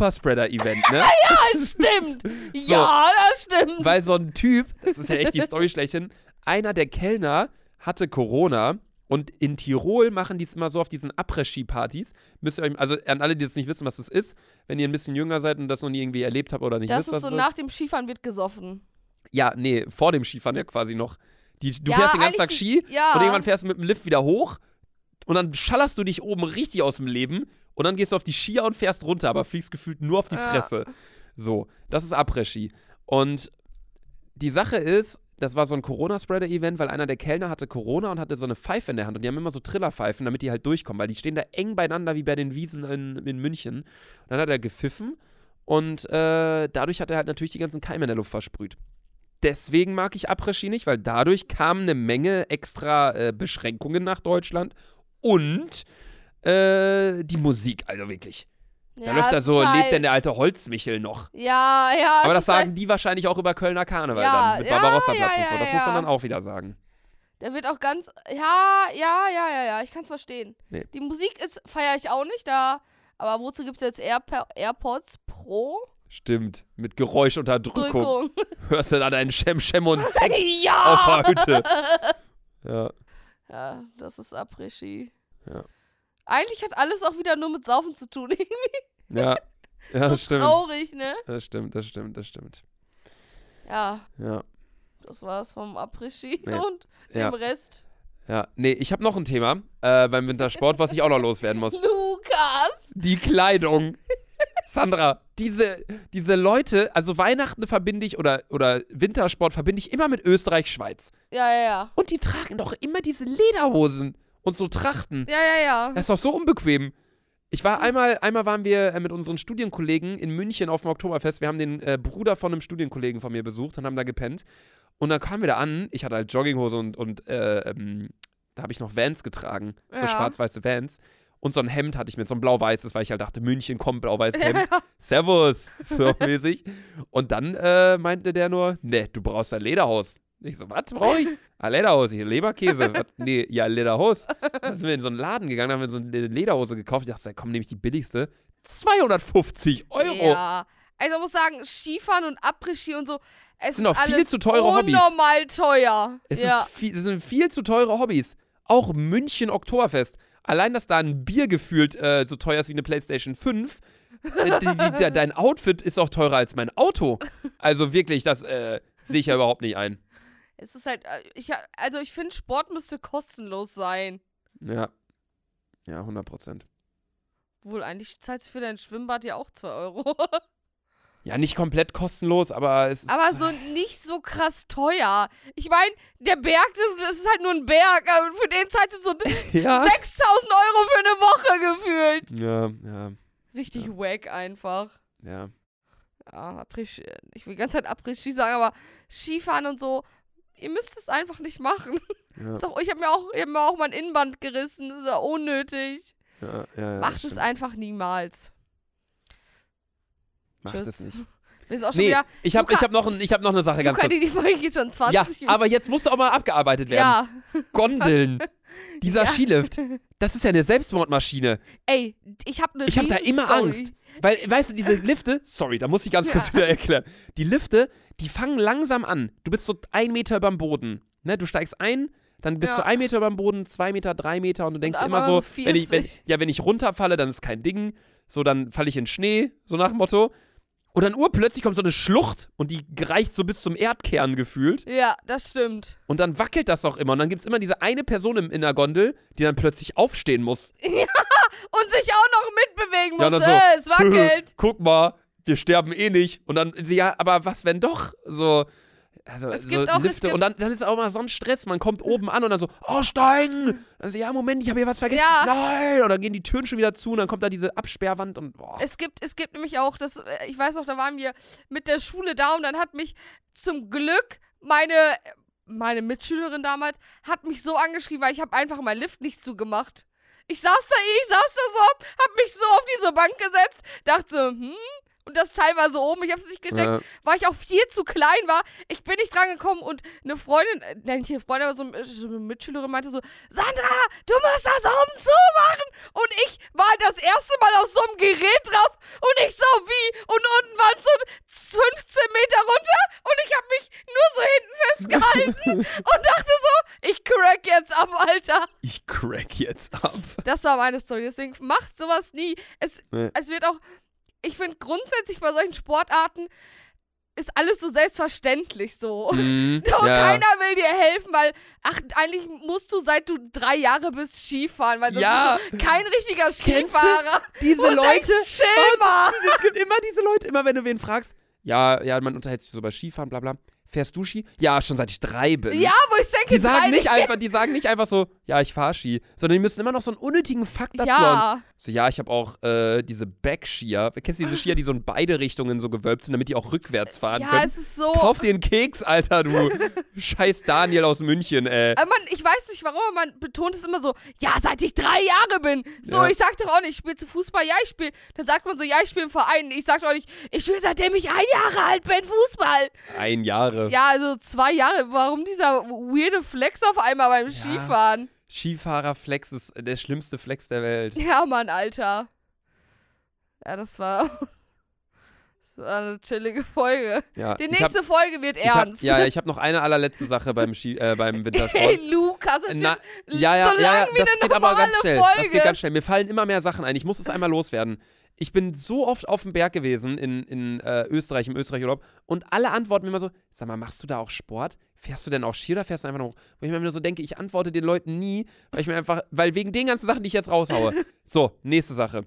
[SPEAKER 2] Corona-Superspreader-Event, ne?
[SPEAKER 1] Das stimmt. Ja, das stimmt.
[SPEAKER 2] Weil so ein Typ, das ist ja echt die Story schlechthin, einer der Kellner hatte Corona und in Tirol machen die es immer so auf diesen Après-Ski-Partys. Müsst ihr euch, also an alle, die das nicht wissen, was das ist, wenn ihr ein bisschen jünger seid und das noch nie irgendwie erlebt habt oder nicht
[SPEAKER 1] das
[SPEAKER 2] wisst,
[SPEAKER 1] ist
[SPEAKER 2] was
[SPEAKER 1] so,
[SPEAKER 2] das ist.
[SPEAKER 1] nach dem Skifahren wird gesoffen.
[SPEAKER 2] Ja, nee, vor dem Skifahren ja quasi noch. Die, du
[SPEAKER 1] Ja,
[SPEAKER 2] fährst den ganzen Tag
[SPEAKER 1] eigentlich
[SPEAKER 2] Ski
[SPEAKER 1] die- ja.
[SPEAKER 2] und irgendwann fährst du mit dem Lift wieder hoch und dann schallerst du dich oben richtig aus dem Leben und dann gehst du auf die Skier und fährst runter, aber fliegst gefühlt nur auf die
[SPEAKER 1] Ja.
[SPEAKER 2] Fresse. So, das ist Après-Ski. Und die Sache ist, das war so ein Corona-Spreader-Event, weil einer der Kellner hatte Corona und hatte so eine Pfeife in der Hand und die haben immer so Trillerpfeifen, damit die halt durchkommen, weil die stehen da eng beieinander wie bei den Wiesen in, in München. Und dann hat er gepfiffen und äh, dadurch hat er halt natürlich die ganzen Keime in der Luft versprüht. Deswegen mag ich Après-Ski nicht, weil dadurch kamen eine Menge extra äh, Beschränkungen nach Deutschland und äh, die Musik, also wirklich. Da
[SPEAKER 1] ja,
[SPEAKER 2] läuft da
[SPEAKER 1] es
[SPEAKER 2] so,
[SPEAKER 1] ist
[SPEAKER 2] lebt
[SPEAKER 1] halt-
[SPEAKER 2] denn der alte Holzmichel noch?
[SPEAKER 1] Ja, ja. es
[SPEAKER 2] Aber das
[SPEAKER 1] ist halt,
[SPEAKER 2] sagen die wahrscheinlich auch über Kölner Karneval
[SPEAKER 1] Ja,
[SPEAKER 2] dann, mit
[SPEAKER 1] ja,
[SPEAKER 2] Barbarossa-Platz
[SPEAKER 1] ja,
[SPEAKER 2] und so.
[SPEAKER 1] ja,
[SPEAKER 2] Das muss man
[SPEAKER 1] ja.
[SPEAKER 2] dann auch wieder sagen.
[SPEAKER 1] Da wird auch ganz. Ja, ja, ja, ja, ja. Ich kann es verstehen.
[SPEAKER 2] Nee.
[SPEAKER 1] Die Musik ist feiere ich auch nicht da. Aber wozu gibt es jetzt Airpo- AirPods Pro?
[SPEAKER 2] Stimmt, mit Geräuschunterdrückung.
[SPEAKER 1] Drückung.
[SPEAKER 2] Hörst du da deinen Schem-Schem und Sex auf
[SPEAKER 1] ja.
[SPEAKER 2] der Hütte. Ja.
[SPEAKER 1] Ja, das ist Après-Ski.
[SPEAKER 2] Ja.
[SPEAKER 1] Eigentlich hat alles auch wieder nur mit Saufen zu tun.
[SPEAKER 2] Ja, ja
[SPEAKER 1] so
[SPEAKER 2] das stimmt.
[SPEAKER 1] traurig, ne?
[SPEAKER 2] Das stimmt, das stimmt, das stimmt.
[SPEAKER 1] Ja,
[SPEAKER 2] Ja,
[SPEAKER 1] das war's vom Après-Ski
[SPEAKER 2] Nee.
[SPEAKER 1] und
[SPEAKER 2] ja,
[SPEAKER 1] dem Rest.
[SPEAKER 2] ja. Nee, ich habe noch ein Thema äh, beim Wintersport, was ich auch noch loswerden muss.
[SPEAKER 1] Lukas!
[SPEAKER 2] Die Kleidung. Sandra, diese, diese Leute, also Weihnachten verbinde ich oder, oder Wintersport verbinde ich immer mit Österreich, Schweiz.
[SPEAKER 1] Ja, ja, ja.
[SPEAKER 2] Und die tragen doch immer diese Lederhosen und so Trachten.
[SPEAKER 1] Ja, ja, ja.
[SPEAKER 2] Das ist doch so unbequem. Ich war einmal, einmal waren wir äh, mit unseren Studienkollegen in München auf dem Oktoberfest. Wir haben den äh, Bruder von einem Studienkollegen von mir besucht und haben da gepennt. Und dann kamen wir da an. Ich hatte halt Jogginghose und, und äh, ähm, da habe ich noch Vans getragen. So
[SPEAKER 1] Ja.
[SPEAKER 2] schwarz-weiße Vans. Und so ein Hemd hatte ich mit so einem blau-weißes, weil ich halt dachte, München kommt blau-weißes Hemd.
[SPEAKER 1] Ja,
[SPEAKER 2] Servus, so mäßig. Und dann äh, meinte der nur, ne, du brauchst ein Lederhaus. Ich so, was brauche ich? Ein Lederhaus, hier Leberkäse. Was? Nee, ja, Lederhaus. Dann sind wir in so einen Laden gegangen, haben wir so eine Lederhose gekauft. Ich dachte, so, komm, nehme ich die billigste. 250 Euro.
[SPEAKER 1] Ja. Also ich muss sagen, Skifahren und Après-Ski und so, es
[SPEAKER 2] Sind
[SPEAKER 1] ist
[SPEAKER 2] auch viel
[SPEAKER 1] alles
[SPEAKER 2] zu teure Hobbys.
[SPEAKER 1] unnormal teuer.
[SPEAKER 2] Es,
[SPEAKER 1] ja.
[SPEAKER 2] ist viel, es sind viel zu teure Hobbys. Auch München Oktoberfest. Allein, dass da ein Bier gefühlt äh, so teuer ist wie eine PlayStation 5. Äh, die, die, de- dein Outfit ist auch teurer als mein Auto. Also wirklich, das äh, sehe ich ja überhaupt nicht ein.
[SPEAKER 1] es ist halt, äh, ich, ha- also ich finde, Sport müsste kostenlos sein.
[SPEAKER 2] Ja. Ja, 100 Prozent.
[SPEAKER 1] Wohl eigentlich zahlst du für dein Schwimmbad ja auch 2 Euro.
[SPEAKER 2] Ja, nicht komplett kostenlos, aber es ist.
[SPEAKER 1] Aber so nicht so krass teuer. Ich meine, der Berg, das ist halt nur ein Berg, aber für den zahlst du so 6000
[SPEAKER 2] Ja.
[SPEAKER 1] Euro für eine Woche gefühlt.
[SPEAKER 2] Ja, ja,
[SPEAKER 1] Richtig wack einfach.
[SPEAKER 2] ja.
[SPEAKER 1] äh, Ja, Après-Ski- ich will die ganze Zeit Après-Ski sagen, aber Skifahren und so, ihr müsst es einfach nicht machen.
[SPEAKER 2] Ja,
[SPEAKER 1] Ist doch, ich habe mir, auch- ich hab mir auch mal ein Innenband gerissen. Das ist ja unnötig.
[SPEAKER 2] ja, ja, ja,
[SPEAKER 1] Macht es
[SPEAKER 2] stimmt.
[SPEAKER 1] einfach niemals.
[SPEAKER 2] Macht
[SPEAKER 1] Tschüss.
[SPEAKER 2] es nicht.
[SPEAKER 1] Wir sind auch schon
[SPEAKER 2] Nee,
[SPEAKER 1] wieder.
[SPEAKER 2] ich habe ich
[SPEAKER 1] Luca-
[SPEAKER 2] hab noch, ein, ich hab noch eine Sache ganz
[SPEAKER 1] Luca,
[SPEAKER 2] kurz.
[SPEAKER 1] die, die Folge geht schon 20
[SPEAKER 2] Ja,
[SPEAKER 1] Minuten.
[SPEAKER 2] aber jetzt muss doch auch mal abgearbeitet werden.
[SPEAKER 1] ja.
[SPEAKER 2] Gondeln. Dieser
[SPEAKER 1] Ja.
[SPEAKER 2] Skilift. Das ist ja eine Selbstmordmaschine.
[SPEAKER 1] Ey, ich habe eine
[SPEAKER 2] Ich habe da immer
[SPEAKER 1] Story.
[SPEAKER 2] Angst. Weil, weißt du, diese Lifte, sorry, da muss ich ganz kurz
[SPEAKER 1] Ja.
[SPEAKER 2] wieder erklären. Die Lifte, die fangen langsam an. Du bist so ein Meter über dem Boden. Ne, du steigst ein, dann bist
[SPEAKER 1] Ja.
[SPEAKER 2] du ein Meter über dem Boden, zwei Meter, drei Meter und du denkst
[SPEAKER 1] auf
[SPEAKER 2] immer so,
[SPEAKER 1] einmal
[SPEAKER 2] wenn ich, wenn,
[SPEAKER 1] 40.
[SPEAKER 2] ja, wenn ich runterfalle, dann ist kein Ding. So, dann falle ich in Schnee, so nach dem Motto. Und dann urplötzlich kommt so eine Schlucht und die reicht so bis zum Erdkern gefühlt.
[SPEAKER 1] Ja, das stimmt.
[SPEAKER 2] Und dann wackelt das auch immer. Und dann gibt es immer diese eine Person im, in der Gondel, die dann plötzlich aufstehen muss.
[SPEAKER 1] Und sich auch noch mitbewegen
[SPEAKER 2] Ja,
[SPEAKER 1] muss.
[SPEAKER 2] dann so.
[SPEAKER 1] äh, es wackelt.
[SPEAKER 2] Guck mal, wir sterben eh nicht. Und dann, ja, aber was, wenn doch? So, also,
[SPEAKER 1] Es
[SPEAKER 2] so
[SPEAKER 1] gibt auch- es
[SPEAKER 2] Lifte.
[SPEAKER 1] gibt-
[SPEAKER 2] und dann, dann ist auch mal so ein Stress. Man kommt oben an und dann so, aussteigen! Dann so, ja, Moment, ich habe hier was vergessen.
[SPEAKER 1] Ja.
[SPEAKER 2] Nein! Und dann gehen die Türen schon wieder zu und dann kommt da diese Absperrwand und, boah.
[SPEAKER 1] Es gibt, es gibt nämlich auch, das, äh, ich weiß noch, da waren wir mit der Schule da und dann hat mich zum Glück meine, meine Mitschülerin damals, hat mich so angeschrieben, weil ich habe einfach meinen Lift nicht zugemacht. Ich saß da, ich saß da so, hab mich so auf diese Bank gesetzt, dachte, so, hm, und das Teil war so oben, ich hab's nicht gecheckt.
[SPEAKER 2] Ja.
[SPEAKER 1] weil ich auch viel zu klein war. Ich bin nicht dran gekommen und eine Freundin, äh, nein, nicht eine Freundin, aber so eine so eine Mitschülerin meinte so, Sandra, du musst das oben zumachen. Und ich war das erste Mal auf so einem Gerät drauf und ich so, wie? Und unten waren es so 15 Meter runter und ich habe mich nur so hinten festgehalten und dachte so, ich crack jetzt ab, Alter.
[SPEAKER 2] Ich crack jetzt ab.
[SPEAKER 1] Das war meine Story. Deswegen macht sowas nie. Es,
[SPEAKER 2] Nee.
[SPEAKER 1] es wird auch. Ich finde grundsätzlich bei solchen Sportarten ist alles so selbstverständlich so. Und
[SPEAKER 2] Mhm.
[SPEAKER 1] keiner will dir helfen, weil, ach, eigentlich musst du, seit du drei Jahre bist, Skifahren, weil sonst
[SPEAKER 2] Ja.
[SPEAKER 1] bist du kein richtiger
[SPEAKER 2] du
[SPEAKER 1] Skifahrer.
[SPEAKER 2] Diese
[SPEAKER 1] Und denkst,
[SPEAKER 2] Leute,
[SPEAKER 1] chill mal.
[SPEAKER 2] es gibt immer diese Leute, immer wenn du wen fragst, ja, ja, man unterhält sich so über Skifahren, bla bla. Fährst du Ski? Ja, schon seit ich drei bin.
[SPEAKER 1] Ja, wo ich denke,
[SPEAKER 2] Die sagen
[SPEAKER 1] drei
[SPEAKER 2] nicht einfach, die sagen nicht einfach so, ja, ich fahr Ski, sondern die müssen immer noch so einen unnötigen Fakt dazu hauen.
[SPEAKER 1] Ja.
[SPEAKER 2] So, ja, ich habe auch äh, diese Backskier. Kennst du diese Skier, die so in beide Richtungen so gewölbt sind, damit die auch rückwärts fahren
[SPEAKER 1] Äh, Ja,
[SPEAKER 2] können?
[SPEAKER 1] es ist so.
[SPEAKER 2] Kauf dir einen Keks, Alter, du scheiß Daniel aus München, äh, ey.
[SPEAKER 1] Aber Äh, man, ich weiß nicht warum, aber man betont es immer so, ja, seit ich drei Jahre bin. So,
[SPEAKER 2] Ja.
[SPEAKER 1] ich sag doch auch nicht, ich spiele zu Fußball, ja, ich spiele. Dann sagt man so, ja, ich spiele im Verein. Ich sag doch auch nicht, ich spiele seitdem ich ein Jahre alt bin, Fußball.
[SPEAKER 2] Ein Jahre.
[SPEAKER 1] Ja, also zwei Jahre. Warum dieser weirde Flex auf einmal beim Skifahren?
[SPEAKER 2] Skifahrerflex ist äh, der schlimmste Flex der Welt.
[SPEAKER 1] Ja, Mann, Alter. Ja, das war, das war eine chillige Folge.
[SPEAKER 2] Ja,
[SPEAKER 1] Die
[SPEAKER 2] ich
[SPEAKER 1] nächste Folge wird
[SPEAKER 2] hab, ich hab,
[SPEAKER 1] ernst.
[SPEAKER 2] Ja, ja, ich habe noch eine allerletzte Sache beim, Ski, äh, beim Wintersport.
[SPEAKER 1] Hey, Lukas, das
[SPEAKER 2] Na,
[SPEAKER 1] wird
[SPEAKER 2] ja, ja,
[SPEAKER 1] so
[SPEAKER 2] ja, ja,
[SPEAKER 1] lang wie
[SPEAKER 2] das
[SPEAKER 1] eine
[SPEAKER 2] geht aber ganz
[SPEAKER 1] normale
[SPEAKER 2] schnell. Das
[SPEAKER 1] Folge.
[SPEAKER 2] geht ganz schnell. Mir fallen immer mehr Sachen ein. Ich muss es einmal loswerden. Ich bin so oft auf dem Berg gewesen in, in äh, Österreich, im Österreich-Urlaub und alle antworten mir immer so: Sag mal, machst du da auch Sport? Fährst du denn auch Ski oder fährst du einfach nur hoch? Wo ich mir immer nur so denke, ich antworte den Leuten nie, weil ich mir einfach, weil wegen den ganzen Sachen, die ich jetzt raushaue. So, nächste Sache.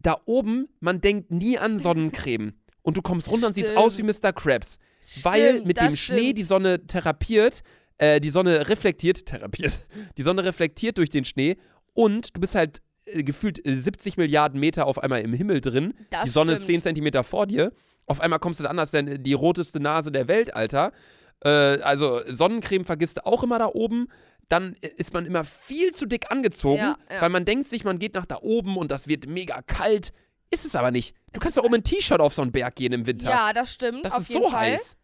[SPEAKER 2] Da oben, man denkt nie an Sonnencreme. Und du kommst runter und siehst
[SPEAKER 1] Stimmt.
[SPEAKER 2] aus wie Mr. Krabs. Weil
[SPEAKER 1] Stimmt,
[SPEAKER 2] mit
[SPEAKER 1] das
[SPEAKER 2] dem Schnee
[SPEAKER 1] stimmt.
[SPEAKER 2] die Sonne therapiert, äh, die Sonne reflektiert, therapiert, die Sonne reflektiert durch den Schnee und du bist halt äh, gefühlt äh, 70 Milliarden Meter auf einmal im Himmel drin.
[SPEAKER 1] Das
[SPEAKER 2] die Sonne
[SPEAKER 1] stimmt.
[SPEAKER 2] ist 10 Zentimeter vor dir. Auf einmal kommst du dann anders, denn äh, die roteste Nase der Welt, Alter. Äh, also Sonnencreme vergisst du auch immer da oben. Dann äh, ist man immer viel zu dick angezogen,
[SPEAKER 1] Ja, ja.
[SPEAKER 2] weil man denkt sich, man geht nach da oben und das wird mega kalt. Ist es aber nicht. Du kannst da oben in T-Shirt auf so einen Berg gehen im Winter.
[SPEAKER 1] Ja, das stimmt.
[SPEAKER 2] das
[SPEAKER 1] auf
[SPEAKER 2] ist
[SPEAKER 1] jeden
[SPEAKER 2] so
[SPEAKER 1] Fall.
[SPEAKER 2] heiß.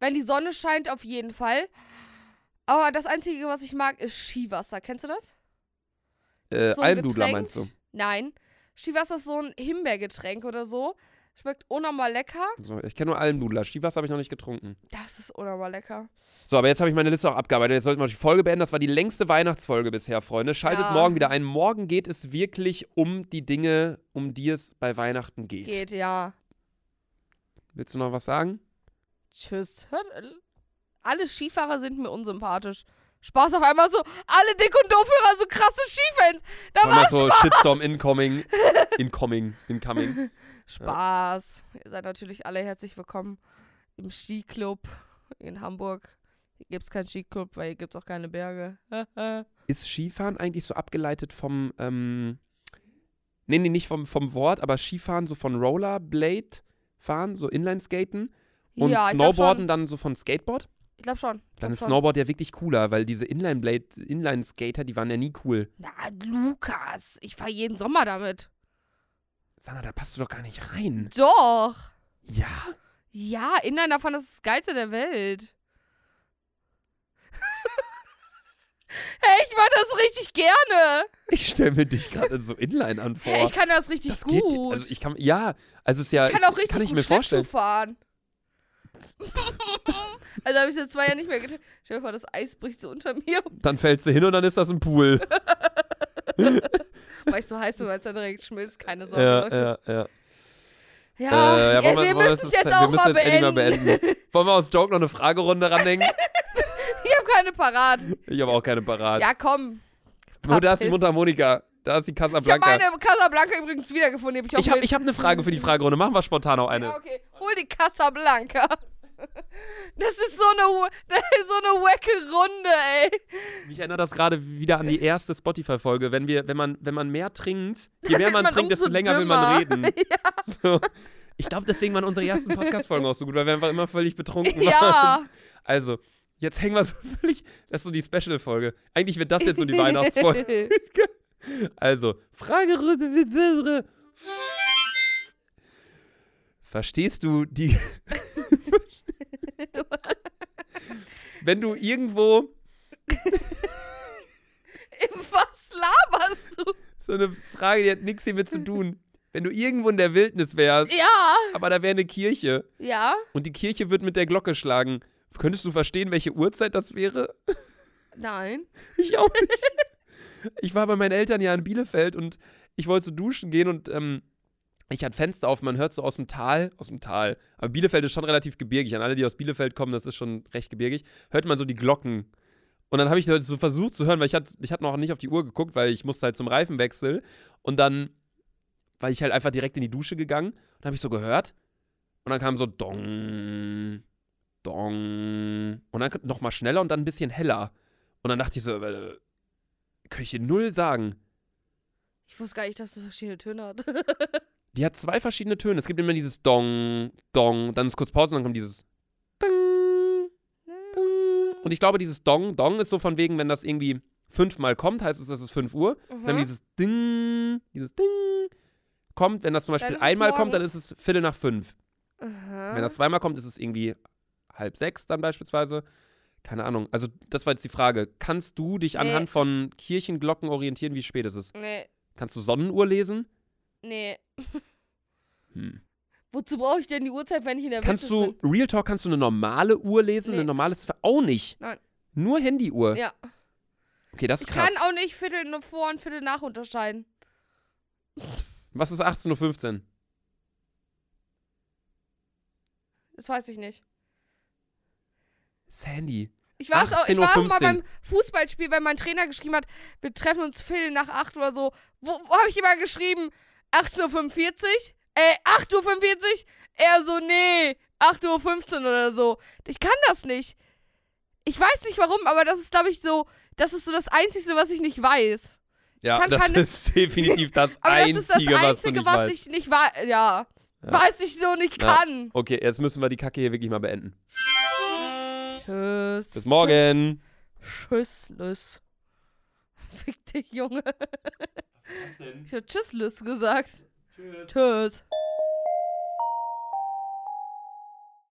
[SPEAKER 1] Wenn die Sonne scheint, auf jeden Fall. Aber das Einzige, was ich mag, ist Skiwasser. Kennst du das?
[SPEAKER 2] Äh,
[SPEAKER 1] So ein
[SPEAKER 2] Almdudler
[SPEAKER 1] Getränk.
[SPEAKER 2] meinst du?
[SPEAKER 1] Nein. Skiwasser ist so ein Himbeergetränk oder so. Schmeckt unnormal lecker.
[SPEAKER 2] So, ich kenne nur Almdudler. Skiwasser habe ich noch nicht getrunken.
[SPEAKER 1] Das ist unnormal lecker.
[SPEAKER 2] So, aber jetzt habe ich meine Liste auch abgearbeitet. Jetzt sollten wir die Folge beenden. Das war die längste Weihnachtsfolge bisher, Freunde. Schaltet
[SPEAKER 1] Ja.
[SPEAKER 2] morgen wieder ein. Morgen geht es wirklich um die Dinge, um die es bei Weihnachten geht.
[SPEAKER 1] Geht, ja.
[SPEAKER 2] Willst du noch was sagen?
[SPEAKER 1] Tschüss. Hört, äh, alle Skifahrer sind mir unsympathisch. Spaß auf einmal so. Alle dick und doofhörer, so krasse Skifans. Da
[SPEAKER 2] Wollen wir
[SPEAKER 1] war
[SPEAKER 2] so Shitstorm incoming. Incoming. Incoming.
[SPEAKER 1] Spaß. Ihr seid natürlich alle herzlich willkommen im Skiclub in Hamburg. Hier gibt es keinen Skiclub, weil hier gibt es auch keine Berge.
[SPEAKER 2] Ist Skifahren eigentlich so abgeleitet vom. Ähm, nee, nee, nicht vom, vom Wort, aber Skifahren so von Rollerblade fahren, so Inlineskaten und
[SPEAKER 1] ja, ich glaub schon.
[SPEAKER 2] Snowboarden dann so von Skateboard?
[SPEAKER 1] Ich glaube schon. Ich
[SPEAKER 2] Dann
[SPEAKER 1] glaub
[SPEAKER 2] ist
[SPEAKER 1] schon.
[SPEAKER 2] Snowboard ja wirklich cooler, weil diese Inline-Blade, Inline-Skater, die waren ja nie cool.
[SPEAKER 1] Na, Lukas, ich fahre jeden Sommer damit.
[SPEAKER 2] Sana, da passt du doch gar nicht rein.
[SPEAKER 1] Doch.
[SPEAKER 2] Ja?
[SPEAKER 1] Ja, Inline davon ist das geilste der Welt. hey, ich mach das richtig gerne.
[SPEAKER 2] Ich stelle mir dich gerade so Inline an vor.
[SPEAKER 1] Hey, ich kann das richtig
[SPEAKER 2] das
[SPEAKER 1] gut.
[SPEAKER 2] geht. Also ich kann, ja, also es ist ja,
[SPEAKER 1] ich kann
[SPEAKER 2] es-
[SPEAKER 1] auch richtig
[SPEAKER 2] kann ich
[SPEAKER 1] gut
[SPEAKER 2] mir
[SPEAKER 1] Schlittschuh
[SPEAKER 2] vorstellen.
[SPEAKER 1] fahren. also habe ich jetzt zwei Jahre nicht mehr getan. Stell dir vor, das Eis bricht so unter mir,
[SPEAKER 2] Dann fällst du hin und dann ist das ein Pool.
[SPEAKER 1] weil ich so heiß bin, weil es dann direkt schmilzt. Keine Sorge,
[SPEAKER 2] ja,
[SPEAKER 1] Leute.
[SPEAKER 2] ja, ja.
[SPEAKER 1] Ja,
[SPEAKER 2] Äh, ja,
[SPEAKER 1] ey,
[SPEAKER 2] wollen wir-
[SPEAKER 1] wir
[SPEAKER 2] wollen wir
[SPEAKER 1] müssen es
[SPEAKER 2] das-
[SPEAKER 1] jetzt auch
[SPEAKER 2] wir müssen
[SPEAKER 1] mal
[SPEAKER 2] das endlich
[SPEAKER 1] beenden.
[SPEAKER 2] beenden. Wollen wir aus Joke noch eine Fragerunde ranhängen?
[SPEAKER 1] Ich habe keine parat.
[SPEAKER 2] Ich habe auch keine parat.
[SPEAKER 1] Ja, komm.
[SPEAKER 2] Nur da ist die
[SPEAKER 1] Hilfe.
[SPEAKER 2] Mundharmonika. Da ist die
[SPEAKER 1] Ich habe
[SPEAKER 2] Casablanca.
[SPEAKER 1] meine Casablanca übrigens wiedergefunden. die hab
[SPEAKER 2] ich
[SPEAKER 1] auch
[SPEAKER 2] habe ich hab eine Frage für die Fragerunde. Machen wir spontan auch eine.
[SPEAKER 1] Ja, okay. Hol die Casablanca. Das ist so eine, das ist so eine wacke Runde, ey.
[SPEAKER 2] Mich erinnert das gerade wieder an die erste Spotify-Folge. Wenn, wir- wenn, man, wenn man mehr trinkt, je mehr
[SPEAKER 1] wird
[SPEAKER 2] man
[SPEAKER 1] man
[SPEAKER 2] trinkt, desto
[SPEAKER 1] umso
[SPEAKER 2] länger will man reden.
[SPEAKER 1] dümmer.
[SPEAKER 2] So. Ich glaube, deswegen waren unsere ersten Podcast-Folgen auch so gut, weil wir einfach immer völlig betrunken waren.
[SPEAKER 1] Ja.
[SPEAKER 2] Also, jetzt hängen wir so völlig. Das ist so die Special-Folge. Eigentlich wird das jetzt so die Weihnachtsfolge. Also, Frage. Verstehst du die. Wenn du irgendwo
[SPEAKER 1] Was laberst du?
[SPEAKER 2] so eine Frage, die hat nichts hiermit zu tun. Wenn du irgendwo in der Wildnis wärst,
[SPEAKER 1] Ja.
[SPEAKER 2] aber da wäre eine Kirche
[SPEAKER 1] Ja.
[SPEAKER 2] und die Kirche wird mit der Glocke schlagen, könntest du verstehen, welche Uhrzeit das wäre?
[SPEAKER 1] Nein.
[SPEAKER 2] Ich auch nicht. Ich war bei meinen Eltern ja in Bielefeld und ich wollte so duschen gehen und ähm, ich hatte Fenster auf, man hört so aus dem Tal, aus dem Tal. Aber Bielefeld ist schon relativ gebirgig. An alle, die aus Bielefeld kommen, das ist schon recht gebirgig, hört man so die Glocken. Und dann habe ich halt so versucht zu hören, weil ich hatte ich hatte noch nicht auf die Uhr geguckt, weil ich musste halt zum Reifenwechsel. Und dann war ich halt einfach direkt in die Dusche gegangen und habe ich so gehört. Und dann kam so Dong, Dong. Und dann nochmal schneller und dann ein bisschen heller. Und dann dachte ich so, äh, kann ich dir null sagen.
[SPEAKER 1] Ich wusste gar nicht, dass es verschiedene Töne hat.
[SPEAKER 2] Die hat zwei verschiedene Töne. Es gibt immer dieses Dong, Dong, dann ist kurz Pause und dann kommt dieses Ding, Ding. Und ich glaube, dieses Dong, Dong ist so von wegen, wenn das irgendwie fünfmal kommt, heißt es, es ist 5 Uhr. Und Dann dieses Ding, dieses Ding kommt, wenn das zum Beispiel
[SPEAKER 1] ist es
[SPEAKER 2] einmal kommt,
[SPEAKER 1] morgen.
[SPEAKER 2] dann ist es Viertel nach fünf.
[SPEAKER 1] Aha.
[SPEAKER 2] Wenn das zweimal kommt, ist es irgendwie halb sechs dann beispielsweise. Keine Ahnung. Also das war jetzt die Frage. Kannst du dich
[SPEAKER 1] Nee.
[SPEAKER 2] anhand von Kirchenglocken orientieren, wie spät es ist?
[SPEAKER 1] nee,
[SPEAKER 2] Kannst du Sonnenuhr lesen?
[SPEAKER 1] nee.
[SPEAKER 2] Hm.
[SPEAKER 1] Wozu brauche ich denn die Uhrzeit, wenn ich in der
[SPEAKER 2] Kannst
[SPEAKER 1] Wildnis
[SPEAKER 2] du, Real Talk, kannst du eine normale Uhr lesen?
[SPEAKER 1] halt Nee.
[SPEAKER 2] Eine normale ist auch nicht.
[SPEAKER 1] Nein.
[SPEAKER 2] Nur Handyuhr.
[SPEAKER 1] bin? Ja.
[SPEAKER 2] Okay, das
[SPEAKER 1] Ich
[SPEAKER 2] ist krass.
[SPEAKER 1] kann auch nicht Viertel nur vor und Viertel nach unterscheiden.
[SPEAKER 2] Was ist 18.15 Uhr?
[SPEAKER 1] Das weiß ich nicht.
[SPEAKER 2] Sandy.
[SPEAKER 1] Ich, war's auch, ich
[SPEAKER 2] 18.15
[SPEAKER 1] war auch mal beim Fußballspiel, weil mein Trainer geschrieben hat, wir treffen uns Phil nach 8 oder so. Wo, wo habe ich immer geschrieben? 18.45 Uhr? Äh, 8.45 Uhr? Er so, nee, 8.15 Uhr oder so. Ich kann das nicht. Ich weiß nicht warum, aber das ist, glaube ich, so, das ist so das Einzige, was ich nicht weiß.
[SPEAKER 2] Ja,
[SPEAKER 1] kann
[SPEAKER 2] das
[SPEAKER 1] keine-
[SPEAKER 2] ist definitiv das
[SPEAKER 1] Aber
[SPEAKER 2] Einzige,
[SPEAKER 1] das ist das
[SPEAKER 2] was du
[SPEAKER 1] Einzige,
[SPEAKER 2] nicht
[SPEAKER 1] was,
[SPEAKER 2] weißt.
[SPEAKER 1] ich nicht weiß. Ja,
[SPEAKER 2] Ja.
[SPEAKER 1] Weiß ich so nicht
[SPEAKER 2] Ja.
[SPEAKER 1] kann.
[SPEAKER 2] Okay, jetzt müssen wir die Kacke hier wirklich mal beenden.
[SPEAKER 1] Tschüss.
[SPEAKER 2] Bis morgen.
[SPEAKER 1] Tschüss, Lüss. Fick dich, Junge. Ich hab Tschüss, Lüss gesagt. Tschüss.